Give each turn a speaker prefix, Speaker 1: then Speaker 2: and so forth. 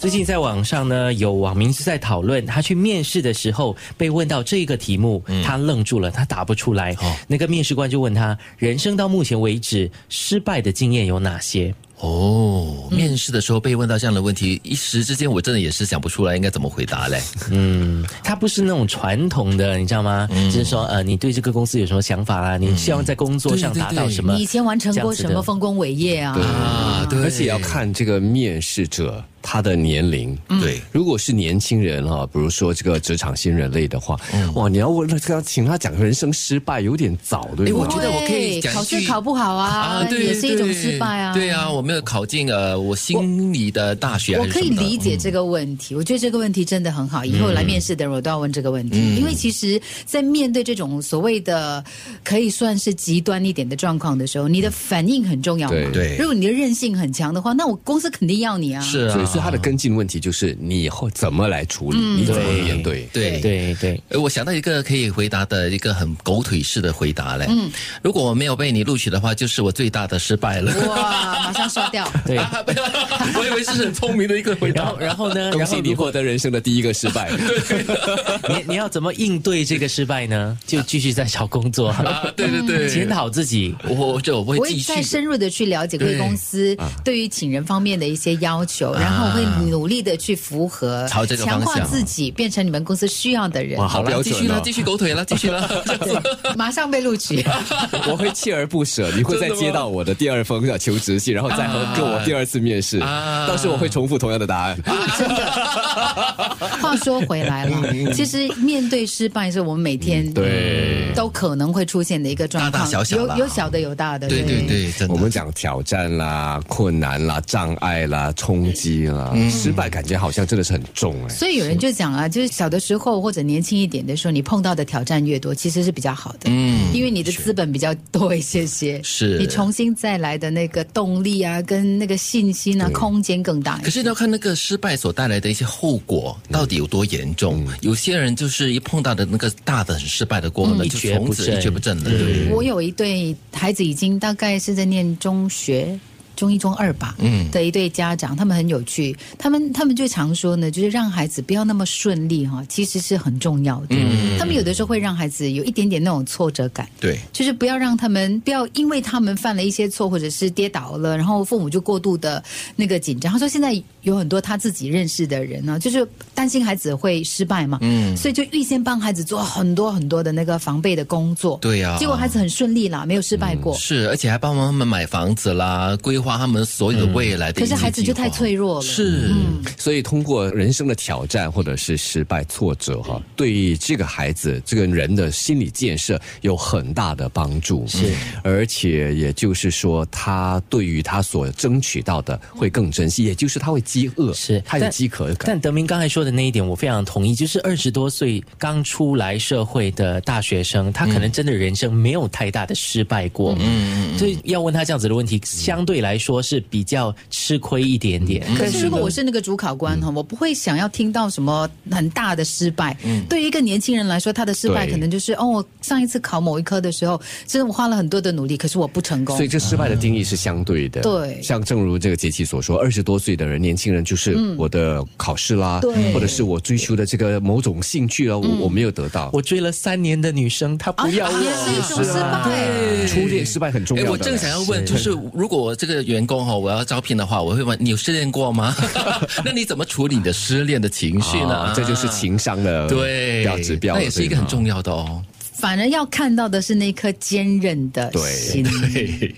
Speaker 1: 最近在网上呢，有网民是在讨论他去面试的时候被问到这个题目，他
Speaker 2: 嗯
Speaker 1: 愣住了，他答不出来。
Speaker 3: 哦
Speaker 1: 那个面试官就问他，人生到目前为止失败的经验有哪些？
Speaker 3: 哦，面试的时候被问到这样的问题，一时之间我真的也是想不出来应该怎么回答嘞。
Speaker 1: 他不是那种传统的，你知道吗？
Speaker 2: 嗯
Speaker 1: 就是说，呃，你对这个公司有什么想法啊？你希望在工作上
Speaker 3: 对对
Speaker 1: 达到
Speaker 3: 对
Speaker 1: 什么？
Speaker 4: 你以前完成过
Speaker 1: 这样子的
Speaker 4: 什么丰功伟业啊？
Speaker 3: 啊，对
Speaker 2: 而且要看这个面试者他的年龄。
Speaker 3: 对
Speaker 2: 如果是年轻人哈、比如说这个职场新人类的话，
Speaker 3: 嗯
Speaker 2: 哇，你要问他他请他讲人生失败有点早，对
Speaker 3: 哎
Speaker 2: 吗
Speaker 3: 我？觉得我可以
Speaker 4: 对
Speaker 3: 讲一
Speaker 4: 考试
Speaker 3: 句
Speaker 4: 考不好啊，也是一种失败啊。
Speaker 3: 对啊，我没有考进呃我心里的大学
Speaker 4: 我
Speaker 3: 还是
Speaker 4: 可
Speaker 3: 什么
Speaker 4: 以
Speaker 3: 的，嗯
Speaker 4: 理解这个问题，我觉得这个问题真的很好。以后来面试的人，我都要问这个问题，
Speaker 3: 嗯
Speaker 4: 因为其实，在面对这种所谓的可以算是极端一点的状况的时候，你的反应很重要嘛。
Speaker 2: 对
Speaker 3: 对
Speaker 4: 如果你的韧性很强的话，那我公司肯定要你啊。
Speaker 3: 是啊
Speaker 2: 所以，所以他的跟进问题就是你以后怎么来处理，你怎么
Speaker 1: 对
Speaker 2: 面对？
Speaker 3: 嗯对。
Speaker 1: 对对，
Speaker 3: 哎，我想到一个可以回答的一个很狗腿式的回答嘞。嗯，如果我没有被你录取的话，就是我最大的失败 了。
Speaker 4: 哇，马上刷掉。
Speaker 1: 对
Speaker 3: 啊不要我以为是很聪明的一个回
Speaker 1: 然
Speaker 3: 答
Speaker 1: 后，。然后呢？
Speaker 2: 恭
Speaker 1: 然后
Speaker 2: 喜你
Speaker 1: 如果
Speaker 2: 获得人生的第一个失 败。
Speaker 1: 你你要怎么应对这个失败呢？就继续在找工 作，
Speaker 3: 啊，对对对，
Speaker 1: 检讨自己。
Speaker 3: 我我这我不
Speaker 4: 我
Speaker 3: 会
Speaker 4: 会
Speaker 3: 继续
Speaker 4: 再
Speaker 3: 的。
Speaker 4: 深入的去了解贵
Speaker 3: 对啊
Speaker 4: 公司对于请人方面的一些要求，然后我会努力的去符合，
Speaker 3: 朝这个
Speaker 4: 强
Speaker 3: 方
Speaker 4: 化
Speaker 3: 向啊
Speaker 4: 自己，变成你们公司需要的人。
Speaker 2: 好
Speaker 3: 好了，
Speaker 2: 标
Speaker 3: 继
Speaker 2: 准
Speaker 3: 续了
Speaker 2: 哦，
Speaker 3: 继续狗腿了，继续 了。
Speaker 4: 马上被录 取。
Speaker 2: 我会锲而不舍，你会
Speaker 3: 真
Speaker 2: 再
Speaker 3: 的吗
Speaker 2: 接到我的第二封的求职信，然后再和跟我第二次面试，
Speaker 3: 啊
Speaker 2: 到时候我会重复同样的答案。
Speaker 4: 话说回来
Speaker 3: 嗯
Speaker 4: 了，其实面对失败是我们每天
Speaker 2: 对
Speaker 4: 都可能会出现的一个状况，
Speaker 3: 大大小小啦
Speaker 4: 有有小的有大的，
Speaker 3: 对对。对，真的。
Speaker 2: 我们讲挑战啦、困难啦、障碍啦、冲击啦，失败感觉好像真的是很重哎、
Speaker 4: 所以有人就讲啊，就是小的时候或者年轻一点的时候，你碰到的挑战越多，其实是比较好的，嗯，因为你的资本比较多一些些，
Speaker 3: 是
Speaker 4: 你重新再来的那个动力啊，跟那个信心啊，空间更大一
Speaker 3: 可
Speaker 4: 些。
Speaker 3: 是你要看那个失败所带来的一些后果到底有多严重。
Speaker 2: 嗯
Speaker 3: 有些人就是一碰到的那个大的很失败的过后呢，
Speaker 1: 嗯
Speaker 3: 就
Speaker 1: 一蹶
Speaker 3: 从
Speaker 1: 不
Speaker 3: 此
Speaker 1: 振
Speaker 3: 一蹶不振了。对，
Speaker 4: 我有一对孩子，已经大概是在念中学。中一、中二吧，嗯，的一对家长，他们很有趣，他们他们就常说呢，就是让孩子不要那么顺利哈，其实是很重要的。嗯，他们有的时候会让孩子有一点点那种挫折感，
Speaker 3: 对
Speaker 4: 就是不要让他们不要因为他们犯了一些错或者是跌倒了，然后父母就过度的那个紧张。他说现在有很多他自己认识的人呢、就是担心孩子会失败嘛，嗯，所以就预先帮孩子做很多很多的那个防备的工作，
Speaker 3: 对啊嗯呀
Speaker 4: 结果孩子很顺利啦，没有失败过。
Speaker 3: 是，而且还帮他们买房子啦，规划他们所有的未来的
Speaker 4: 可
Speaker 3: 一些计
Speaker 4: 是
Speaker 3: 划。
Speaker 4: 孩子就太脆弱了，
Speaker 3: 是，哎
Speaker 2: 所以通过人生的挑战或者是失败、挫折哈，对这个孩子这个人的心理建设有很大的帮助。是，而且也就是说，他对于他所争取到的会更珍惜，也就是他会饥饿，
Speaker 1: 是
Speaker 2: 他有
Speaker 1: 但
Speaker 2: 饥渴感。
Speaker 1: 但德明刚才说的那一点，我非常同意，就是二十多岁刚出来社会的大学生，他可能真的人生没有太大的失败过，嗯，所以要问他这样子的问题，相对来说是比较吃亏一点点。
Speaker 4: 可
Speaker 3: 嗯
Speaker 4: 是如果
Speaker 1: 呢
Speaker 4: 我是那个主考官哈，我不会想要听到什么很大的失败。
Speaker 3: 嗯
Speaker 4: 对于一个年轻人来说，他的失败
Speaker 2: 对
Speaker 4: 可能就是哦，我上一次考某一科的时候，真的我花了很多的努力，可是我不成功
Speaker 2: 所以。这失败的定义是相对的，
Speaker 4: 对
Speaker 2: 像正如这个杰奇所说，二十多岁的人，年轻人就是我的考试啦，
Speaker 4: 嗯对嗯
Speaker 2: 或者是我追求的这个某种兴趣啊啦，我、我没有得到，
Speaker 1: 我追了三年的女生，她不要我，
Speaker 4: 也哦是一种失
Speaker 1: 啊
Speaker 4: 败。
Speaker 2: 啊初恋失败很重要
Speaker 3: 哎，
Speaker 2: 的。啊
Speaker 3: 我正想要问，就是如果我这个员工哈、我要招聘的话，我会问你有失恋过 吗？那你怎么处理你的失恋的情绪呢？
Speaker 2: 啊这就是情商的
Speaker 3: 对
Speaker 2: 标指标了，
Speaker 3: 那也是一个很
Speaker 2: 对吗
Speaker 3: 重要的哦。
Speaker 4: 反而要看到的是那颗坚韧的
Speaker 2: 对
Speaker 4: 心。